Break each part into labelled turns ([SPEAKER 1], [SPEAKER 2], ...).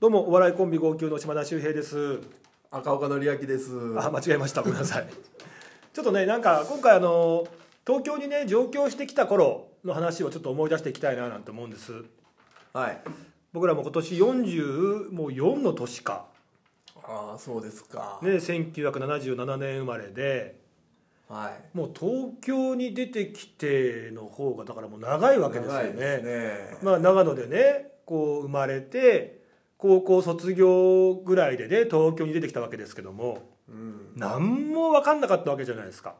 [SPEAKER 1] どうもお笑いコンビ号泣の島田秀平です
[SPEAKER 2] 赤岡のりあきです。
[SPEAKER 1] あ間違えましたごめんなさいちょっとねなんか今回あの東京にね上京してきた頃の話をちょっと思い出していきたいななんて思うんです
[SPEAKER 2] はい。
[SPEAKER 1] 僕らも今年40もう4の年か
[SPEAKER 2] ああ、そうですか。
[SPEAKER 1] ね1977年生まれで
[SPEAKER 2] はい。
[SPEAKER 1] もう東京に出てきての方がだからもう長いわけですよ
[SPEAKER 2] 長いです
[SPEAKER 1] ね
[SPEAKER 2] ね。
[SPEAKER 1] まあ長野でねこう生まれて高校卒業ぐらいでね東京に出てきたわけですけども
[SPEAKER 2] うん。
[SPEAKER 1] 何も分かんなかったわけじゃないですか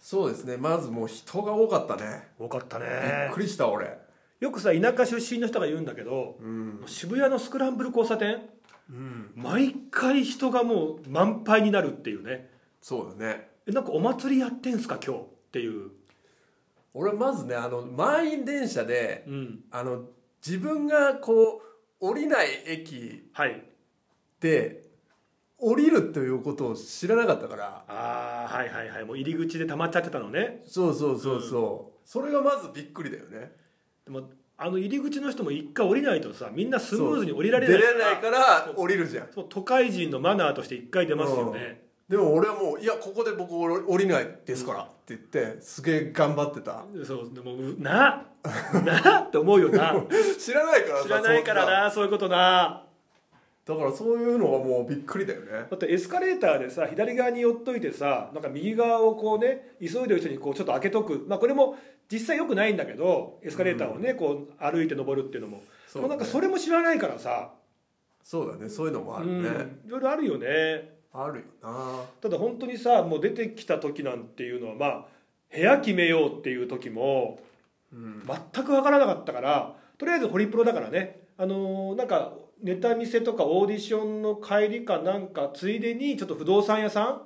[SPEAKER 2] そうですね。まずもう人が多かったね。
[SPEAKER 1] 多かった
[SPEAKER 2] びっ
[SPEAKER 1] ね
[SPEAKER 2] くりした俺。
[SPEAKER 1] よくさ田舎出身の人が言うんだけど
[SPEAKER 2] うん。
[SPEAKER 1] 渋谷のスクランブル交差点
[SPEAKER 2] うん。
[SPEAKER 1] 毎回人がもう満杯になるっていうね
[SPEAKER 2] そうだね。
[SPEAKER 1] えなんかお祭りやってんすか今日っていう、
[SPEAKER 2] 俺まずね、あの満員電車で、
[SPEAKER 1] うん、
[SPEAKER 2] あの自分がこう降りない駅
[SPEAKER 1] はい
[SPEAKER 2] で降りるということを知らなかったから。
[SPEAKER 1] ああはいはいはいもう入り口で溜まっちゃってたのね
[SPEAKER 2] そうそうそうそう。それがまずびっくりだよね。
[SPEAKER 1] でもあの入り口の人も一回降りないとさみんなスムーズに降りられ
[SPEAKER 2] 出
[SPEAKER 1] ない
[SPEAKER 2] れないから降りるじゃん。
[SPEAKER 1] そう都会人のマナーとして一回出ますよね、
[SPEAKER 2] でも俺はもう「いやここで僕降り降りないですから」って言ってすげえ頑張ってた
[SPEAKER 1] そうでもうななって思うよな
[SPEAKER 2] 知らないから さ
[SPEAKER 1] 知らないからなそういうことな
[SPEAKER 2] そんなだからそういうのがもうびっくりだよね
[SPEAKER 1] だってエスカレーターでさ左側に寄っといてさなんか右側をこうね急いでる人にこうちょっと開けとく、まあ、これも実際よくないんだけどエスカレーターをね、こう歩いて登るっていうのも
[SPEAKER 2] そう
[SPEAKER 1] も
[SPEAKER 2] ね
[SPEAKER 1] うなんかそれも知らないからさ、
[SPEAKER 2] そうだねそういうのもあ
[SPEAKER 1] う
[SPEAKER 2] るね、
[SPEAKER 1] ん、いろいろあるよね
[SPEAKER 2] あるよな
[SPEAKER 1] ただ本当にさもう出てきた時なんていうのはまあ部屋決めようっていう時も
[SPEAKER 2] うん
[SPEAKER 1] 全く分からなかったからとりあえずホリプロだからねあのーなんかネタ見せとかオーディションの帰りかなんかついでにちょっと不動産屋さん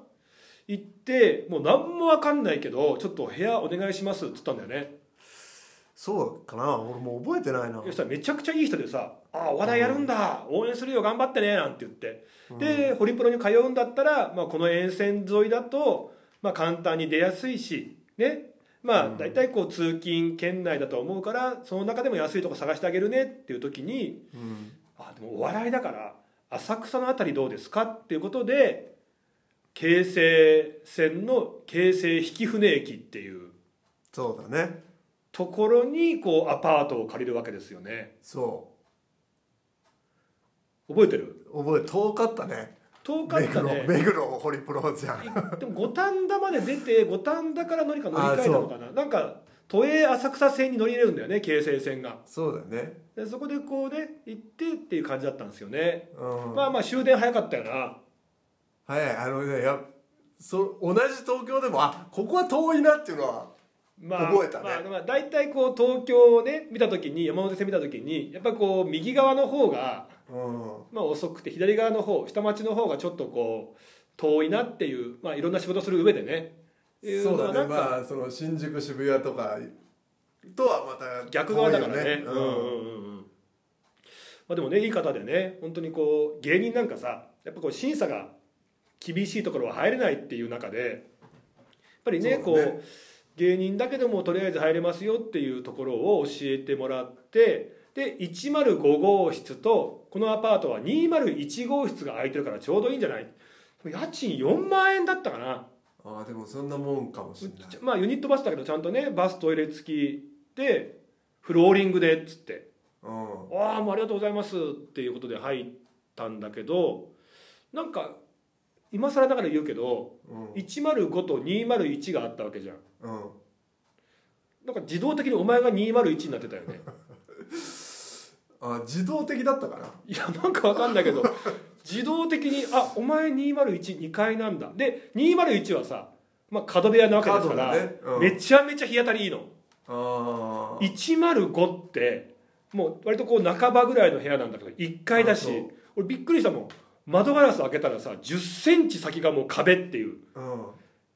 [SPEAKER 1] 行ってもう何も分かんないけどちょっと部屋お願いしますっつったんだよね
[SPEAKER 2] そうかな俺もう覚えてないな
[SPEAKER 1] そしたらめちゃくちゃいい人でさ「ああお笑いやるんだ、応援するよ頑張ってね」なんて言ってでホリプロに通うんだったら、まあ、この沿線沿いだと、まあ、簡単に出やすいしねまあ大体こう通勤圏内だと思うからその中でも安いとこ探してあげるねっていう時に
[SPEAKER 2] うん
[SPEAKER 1] あでもお笑いだから浅草の辺りどうですかっていうことで京成線の京成曳舟駅っていう
[SPEAKER 2] そうだね
[SPEAKER 1] ところにこうアパートを借りるわけですよね
[SPEAKER 2] そ
[SPEAKER 1] 覚えてる
[SPEAKER 2] う覚え遠かったね
[SPEAKER 1] 遠かっ
[SPEAKER 2] 目
[SPEAKER 1] た
[SPEAKER 2] 黒
[SPEAKER 1] ね
[SPEAKER 2] 目黒ホリプロじゃん
[SPEAKER 1] でも五反田まで出て五反田から乗りか乗り換えたのかななんか都営浅草線に乗り入れるんだよね京成線が
[SPEAKER 2] そうだね
[SPEAKER 1] でそこでこうね行ってっていう感じだったんですよね、
[SPEAKER 2] うん
[SPEAKER 1] まあまあ終電早かったよな
[SPEAKER 2] はいあのねやそ同じ東京でもあここは遠いなっていうのは
[SPEAKER 1] まあ、
[SPEAKER 2] 覚えたね
[SPEAKER 1] まあ、まあ大体こう東京をね見た時に山手線見た時にやっぱこう右側の方が、
[SPEAKER 2] うん
[SPEAKER 1] まあ、遅くて左側の方下町の方がちょっとこう遠いなっていう、まあ、いろんな仕事する上でねいう
[SPEAKER 2] そう
[SPEAKER 1] のは
[SPEAKER 2] だ
[SPEAKER 1] な
[SPEAKER 2] ね
[SPEAKER 1] んか
[SPEAKER 2] まあその新宿渋谷とかとはまた
[SPEAKER 1] 逆側だからね
[SPEAKER 2] 遠いよ
[SPEAKER 1] うんうんうんうんまあ、でもねいい方でね本当にこう芸人なんかさやっぱこう審査が厳しいところは入れないっていう中でやっぱりね
[SPEAKER 2] そ
[SPEAKER 1] こ
[SPEAKER 2] うだね
[SPEAKER 1] う芸人だけでもとりあえず入れますよっていうところを教えてもらってで105号室とこのアパートは201号室が空いてるからちょうどいいんじゃない家賃4万円だったかな
[SPEAKER 2] ああでもそんなもんかもしれない
[SPEAKER 1] ちょまあユニットバスだけどちゃんとねバストイレ付きでフローリングでっつって
[SPEAKER 2] うん
[SPEAKER 1] ああもうありがとうございますっていうことで入ったんだけどなんか今更だから言うけど
[SPEAKER 2] うん
[SPEAKER 1] 105と201があったわけじゃん
[SPEAKER 2] うん
[SPEAKER 1] なんか自動的にお前が201になってたよね
[SPEAKER 2] あ自動的だったかない
[SPEAKER 1] やなんかわかんないけど自動的に「あお前2012階なんだ」で201はさ、まあ、角部屋なわけですから、
[SPEAKER 2] 角だねうん
[SPEAKER 1] めちゃめちゃ日当たりいいの
[SPEAKER 2] あー
[SPEAKER 1] 105ってもう割とこう半ばぐらいの部屋なんだけど1階だし
[SPEAKER 2] あそう
[SPEAKER 1] 俺びっくりしたもん窓ガラス開けたらさ1 0ンチ先がもう壁っていう
[SPEAKER 2] う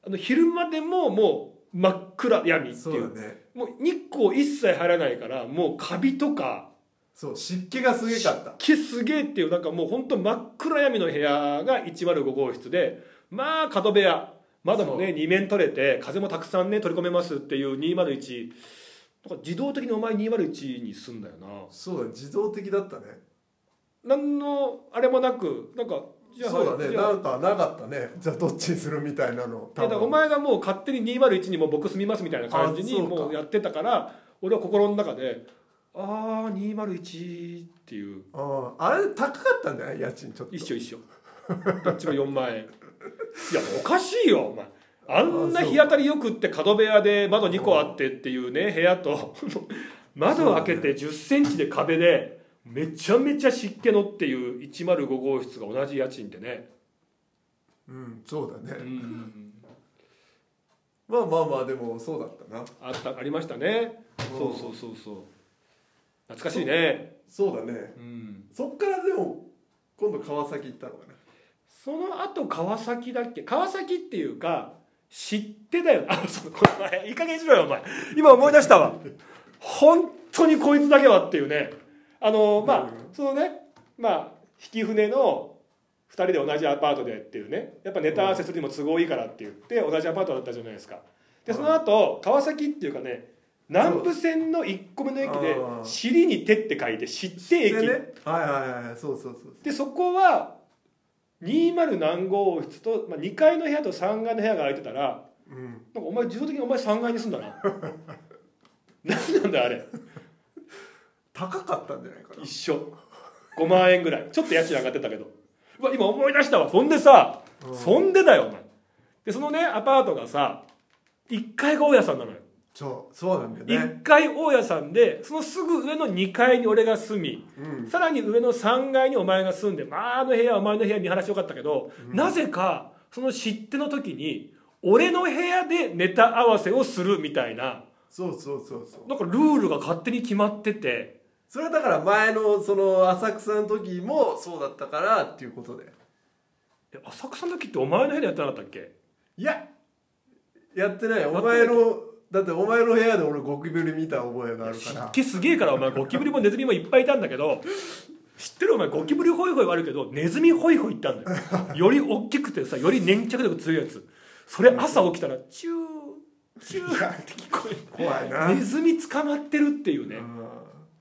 [SPEAKER 1] あの昼間でももう真っ暗闇っ
[SPEAKER 2] ん
[SPEAKER 1] て
[SPEAKER 2] そ
[SPEAKER 1] いうう
[SPEAKER 2] だね
[SPEAKER 1] もう日光一切入らないからもうカビとか
[SPEAKER 2] そう湿気がすげえかった
[SPEAKER 1] 毛すげえっていうなんかもうほんと真っ暗闇の部屋が105号室でまあ角部屋窓もね2面取れて風もたくさんね取り込めますっていう201なんか自動的にお前201に住んだよな
[SPEAKER 2] そうだ自動的だったね
[SPEAKER 1] 何のあれもなくなんかじゃあ
[SPEAKER 2] そうだね
[SPEAKER 1] じゃあ
[SPEAKER 2] なんかなかったねじゃあどっちにするみたいなの
[SPEAKER 1] いやだからお前がもう勝手に201にもう僕住みますみたいな感じ
[SPEAKER 2] あ
[SPEAKER 1] に
[SPEAKER 2] そうか
[SPEAKER 1] もうやってたから俺は心の中で「ああ201」っていう
[SPEAKER 2] あああれ高かったんじゃない家賃ちょっと
[SPEAKER 1] 一緒一緒どっちも4万円いやおかしいよお前あんな日当たりよくって角部屋で窓2個あってっていうね部屋と 窓を開けて1 0ンチで壁でめちゃめちゃ湿気のっていう105号室が同じ家賃でね
[SPEAKER 2] うんそうだ
[SPEAKER 1] う
[SPEAKER 2] ね
[SPEAKER 1] ん
[SPEAKER 2] まあまあまあでもそうだったな
[SPEAKER 1] あったありましたね
[SPEAKER 2] うん
[SPEAKER 1] そうそうそうそう懐かしいね
[SPEAKER 2] そうだね
[SPEAKER 1] うん
[SPEAKER 2] そっからでも今度川崎行ったのかな
[SPEAKER 1] その後川崎だっけ川崎っていうか知ってだよあ そうこれお前いい加減にしろよお前今思い出したわ本当にこいつだけはっていうねあのまあ
[SPEAKER 2] うん
[SPEAKER 1] そのねまあ引き船の2人で同じアパートでっていうねやっぱネタ合わせするにも都合いいからって言って同じアパートだったじゃないですかでその後川崎っていうかね南武線の1個目の駅で
[SPEAKER 2] あ
[SPEAKER 1] 「
[SPEAKER 2] ー
[SPEAKER 1] 尻に手」って書いて「尻手
[SPEAKER 2] で
[SPEAKER 1] 駅」
[SPEAKER 2] ねはいはいはいそうそうそう
[SPEAKER 1] でそこは20何号室と、まあ、2階の部屋と3階の部屋が空いてたら
[SPEAKER 2] うん
[SPEAKER 1] なんかお前自動的にお前3階に住んだな 何なんだよあれ
[SPEAKER 2] 高かったんじゃないかな
[SPEAKER 1] 一緒5万円ぐらいちょっと家賃上がってたけどうわ今思い出したわそんでさ、
[SPEAKER 2] うん
[SPEAKER 1] そんでだよお前でそのねアパートがさ1階が大家さんなのよ、
[SPEAKER 2] そうそうなんだよね
[SPEAKER 1] 1階大家さんでそのすぐ上の2階に俺が住み、
[SPEAKER 2] うん
[SPEAKER 1] さらに上の3階にお前が住んで、まあ、あの部屋はお前の部屋見晴らしよかったけど、なぜかその知っての時に俺の部屋でネタ合わせをするみたいな
[SPEAKER 2] そうそうそうそう
[SPEAKER 1] なんかルールが勝手に決まってて
[SPEAKER 2] それはだから前のその浅草の時もそうだったからっていうことで
[SPEAKER 1] え浅草の時ってお前の部屋でやってなかったっけ
[SPEAKER 2] いややってないお前のだってお前の部屋で俺ゴキブリ見た覚えがあるか
[SPEAKER 1] 湿
[SPEAKER 2] ら
[SPEAKER 1] 気すげえからお前ゴキブリもネズミもいっぱいいたんだけど知ってるお前ゴキブリホイホイはあるけどネズミホイホイいたんだよより大きくてさより粘着力強いやつそれ朝起きたらチューチューって聞こえる
[SPEAKER 2] 怖いな、
[SPEAKER 1] ネズミ捕まってるっていうね、
[SPEAKER 2] うん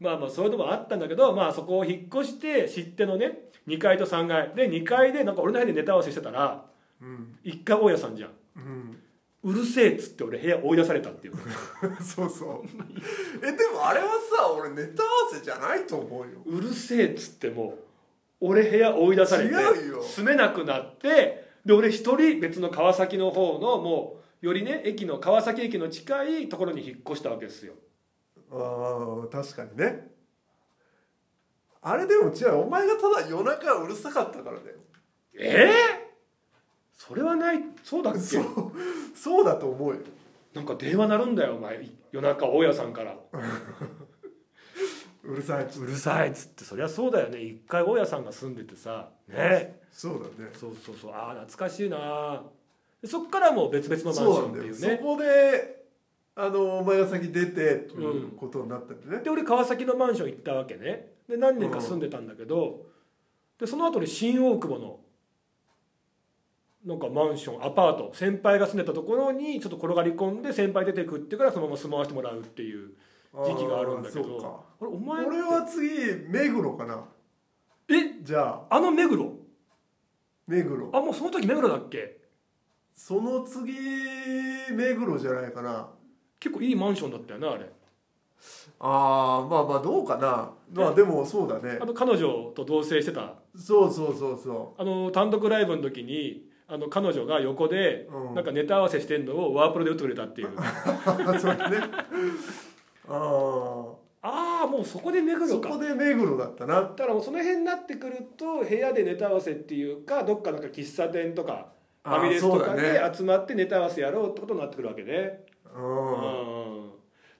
[SPEAKER 1] まあまあそういうのもあったんだけど、まあ、そこを引っ越して知ってのね2階と3階で2階でなんか俺の部屋でネタ合わせしてたら
[SPEAKER 2] うん
[SPEAKER 1] 1階大家さんじゃん
[SPEAKER 2] うん
[SPEAKER 1] うるせえっつって俺部屋追い出されたっていう
[SPEAKER 2] そうそうえでもあれはさ俺ネタ合わせじゃないと思うよ
[SPEAKER 1] うるせえっつってもう俺部屋追い出されて
[SPEAKER 2] 違うよ
[SPEAKER 1] 住めなくなってで俺一人別の川崎の方のもうよりね駅の川崎駅の近いところに引っ越したわけですよ
[SPEAKER 2] ああ確かにねあれでも違うお前がただ夜中うるさかったからだよ
[SPEAKER 1] ええそれはないそうだっけ
[SPEAKER 2] そうそうだと思うよ
[SPEAKER 1] なんか電話鳴るんだよお前夜中大家さんから
[SPEAKER 2] うるさいっつって
[SPEAKER 1] うるさいっつってそりゃそうだよね一回大家さんが住んでてさね
[SPEAKER 2] そうだね
[SPEAKER 1] そうそうそうああ懐かしいなでそっからもう別々のマンシ
[SPEAKER 2] そう
[SPEAKER 1] ョンっ
[SPEAKER 2] なんだ
[SPEAKER 1] て
[SPEAKER 2] よ、
[SPEAKER 1] いう
[SPEAKER 2] そ
[SPEAKER 1] ね
[SPEAKER 2] こであのお前が先出てということになったんでね、
[SPEAKER 1] で俺川崎のマンション行ったわけねで何年か住んでたんだけど、でその後で新大久保のなんかマンションアパート先輩が住んでたところにちょっと転がり込んで先輩出てくってからそのまま住まわせてもらうっていう時期があるんだけ
[SPEAKER 2] あーそうか
[SPEAKER 1] どあれお前
[SPEAKER 2] 俺は次目黒かな
[SPEAKER 1] え
[SPEAKER 2] じゃあ
[SPEAKER 1] あの目黒
[SPEAKER 2] 目黒
[SPEAKER 1] あもうその時目黒だっけ
[SPEAKER 2] その次目黒じゃないかな
[SPEAKER 1] 結構いいマンションだったよなあれ
[SPEAKER 2] あーまあまあどうかなまあでもそうだね
[SPEAKER 1] あの彼女と同棲してた
[SPEAKER 2] そうそうそうそ
[SPEAKER 1] あの単独ライブの時にあの彼女が横で
[SPEAKER 2] うん
[SPEAKER 1] なんかネタ合わせしてんのをワープロで打ってくれた っていう
[SPEAKER 2] うそれねあー
[SPEAKER 1] ああもうそこで目黒
[SPEAKER 2] そ
[SPEAKER 1] か
[SPEAKER 2] こで目黒だったな
[SPEAKER 1] だからもうその辺になってくると部屋でネタ合わせっていうかどっかなんか喫茶店とかフ
[SPEAKER 2] あー
[SPEAKER 1] ァミレスとか
[SPEAKER 2] そうだ
[SPEAKER 1] で集まってネタ合わせやろうってことになってくるわけね
[SPEAKER 2] うん
[SPEAKER 1] うん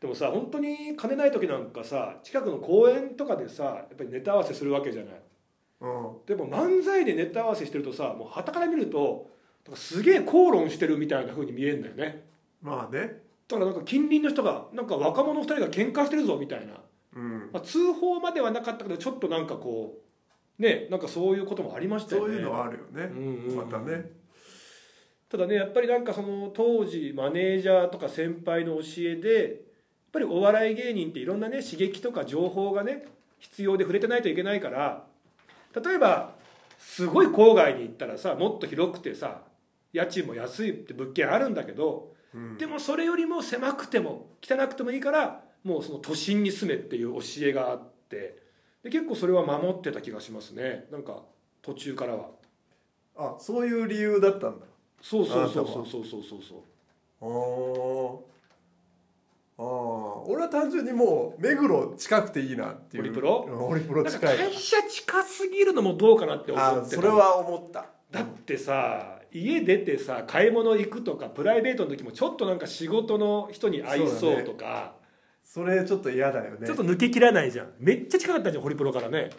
[SPEAKER 1] でもさ本当に金ない時なんかさ近くの公園とかでさやっぱりネタ合わせするわけじゃない
[SPEAKER 2] うん
[SPEAKER 1] でも漫才でネタ合わせしてるとさもうはから見るとなんかすげえ口論してるみたいな風に見えるんだよね
[SPEAKER 2] まあね
[SPEAKER 1] だからなんか近隣の人がなんか若者2人が喧嘩してるぞみたいな、
[SPEAKER 2] うん
[SPEAKER 1] まあ、通報まではなかったけどちょっとなんかこうねなんかそういうこともありましたよ
[SPEAKER 2] そう
[SPEAKER 1] ね
[SPEAKER 2] いうのはあるよね
[SPEAKER 1] うんうん
[SPEAKER 2] またね
[SPEAKER 1] ただねやっぱりなんかその当時マネージャーとか先輩の教えでやっぱりお笑い芸人っていろんなね刺激とか情報がね必要で触れてないといけないから例えばすごい郊外に行ったらさもっと広くてさ家賃も安いって物件あるんだけど、
[SPEAKER 2] うん
[SPEAKER 1] でもそれよりも狭くても汚くてもいいからもうその都心に住めっていう教えがあってで結構それは守ってた気がしますねなんか途中からは
[SPEAKER 2] あそういう理由だったんだ
[SPEAKER 1] そうそうそう
[SPEAKER 2] あなた
[SPEAKER 1] そ
[SPEAKER 2] は
[SPEAKER 1] うそうそうそうそう
[SPEAKER 2] あーあー俺は単純にもう目黒近くていいなっていう
[SPEAKER 1] ホリプロ
[SPEAKER 2] うんホリプロ
[SPEAKER 1] なんか
[SPEAKER 2] 近い
[SPEAKER 1] 会社近すぎるのもどうかなって思
[SPEAKER 2] あ
[SPEAKER 1] っ
[SPEAKER 2] ー
[SPEAKER 1] てた
[SPEAKER 2] それは思った
[SPEAKER 1] だってさ家出てさ買い物行くとかプライベートの時もちょっとなんか仕事の人に会いそうとか
[SPEAKER 2] それちょっと嫌だよね
[SPEAKER 1] ちょっと抜けきらないじゃんめっちゃ近かったじゃんホリプロからね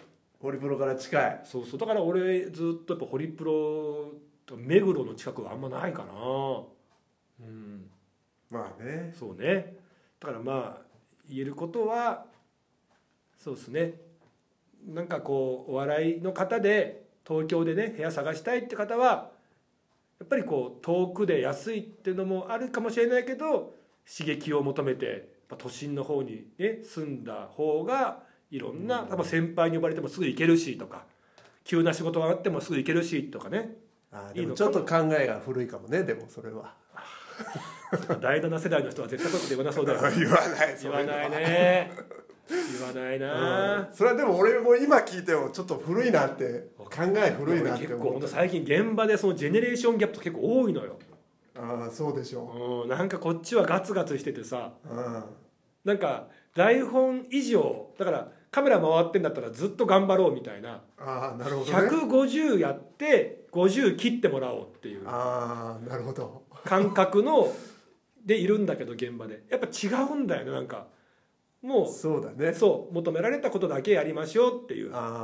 [SPEAKER 2] ホリプロから近い
[SPEAKER 1] そうそうだから俺ずっとやっぱホリプロとか目黒の近くはあんまないかなうん
[SPEAKER 2] まあね
[SPEAKER 1] そうねだからまあ言えることはそうですねなんかこうお笑いの方で東京でね部屋探したいって方はやっぱりこう遠くで安いっていうのもあるかもしれないけど刺激を求めてやっぱ都心の方に、ね、住んだ方がいろんな、多分先輩に呼ばれてもすぐ行けるしとか急な仕事があってもすぐ行けるしとかね
[SPEAKER 2] あー
[SPEAKER 1] いい
[SPEAKER 2] でも
[SPEAKER 1] の
[SPEAKER 2] ち
[SPEAKER 1] か
[SPEAKER 2] ょ
[SPEAKER 1] も
[SPEAKER 2] っと考えが古いかもねでもそれは
[SPEAKER 1] 第7世代の人は絶対そういうこと言わなそうだよね 言
[SPEAKER 2] 言わない
[SPEAKER 1] わないね言わないな、
[SPEAKER 2] うんそれはでも俺も今聞いてもちょっと古いなって考え古いなって
[SPEAKER 1] 結構
[SPEAKER 2] 思
[SPEAKER 1] 本
[SPEAKER 2] っ
[SPEAKER 1] 当
[SPEAKER 2] た
[SPEAKER 1] 最近現場でそのジェネレーションギャップと結構多いのよ、
[SPEAKER 2] ああそうでしょ
[SPEAKER 1] うん、なんかこっちはガツガツしててさ
[SPEAKER 2] う、うん、
[SPEAKER 1] なんか台本以上だからカメラ回ってんだったらずっと頑張ろうみたいな
[SPEAKER 2] ああなるほどね
[SPEAKER 1] 150やって50切ってもらおうっていう
[SPEAKER 2] ああなるほど
[SPEAKER 1] 感覚のでいるんだけど現場でやっぱ違うんだよねなんかも
[SPEAKER 2] そうだ
[SPEAKER 1] う
[SPEAKER 2] ね
[SPEAKER 1] そう求められたことだけやりましょうっていう
[SPEAKER 2] ああ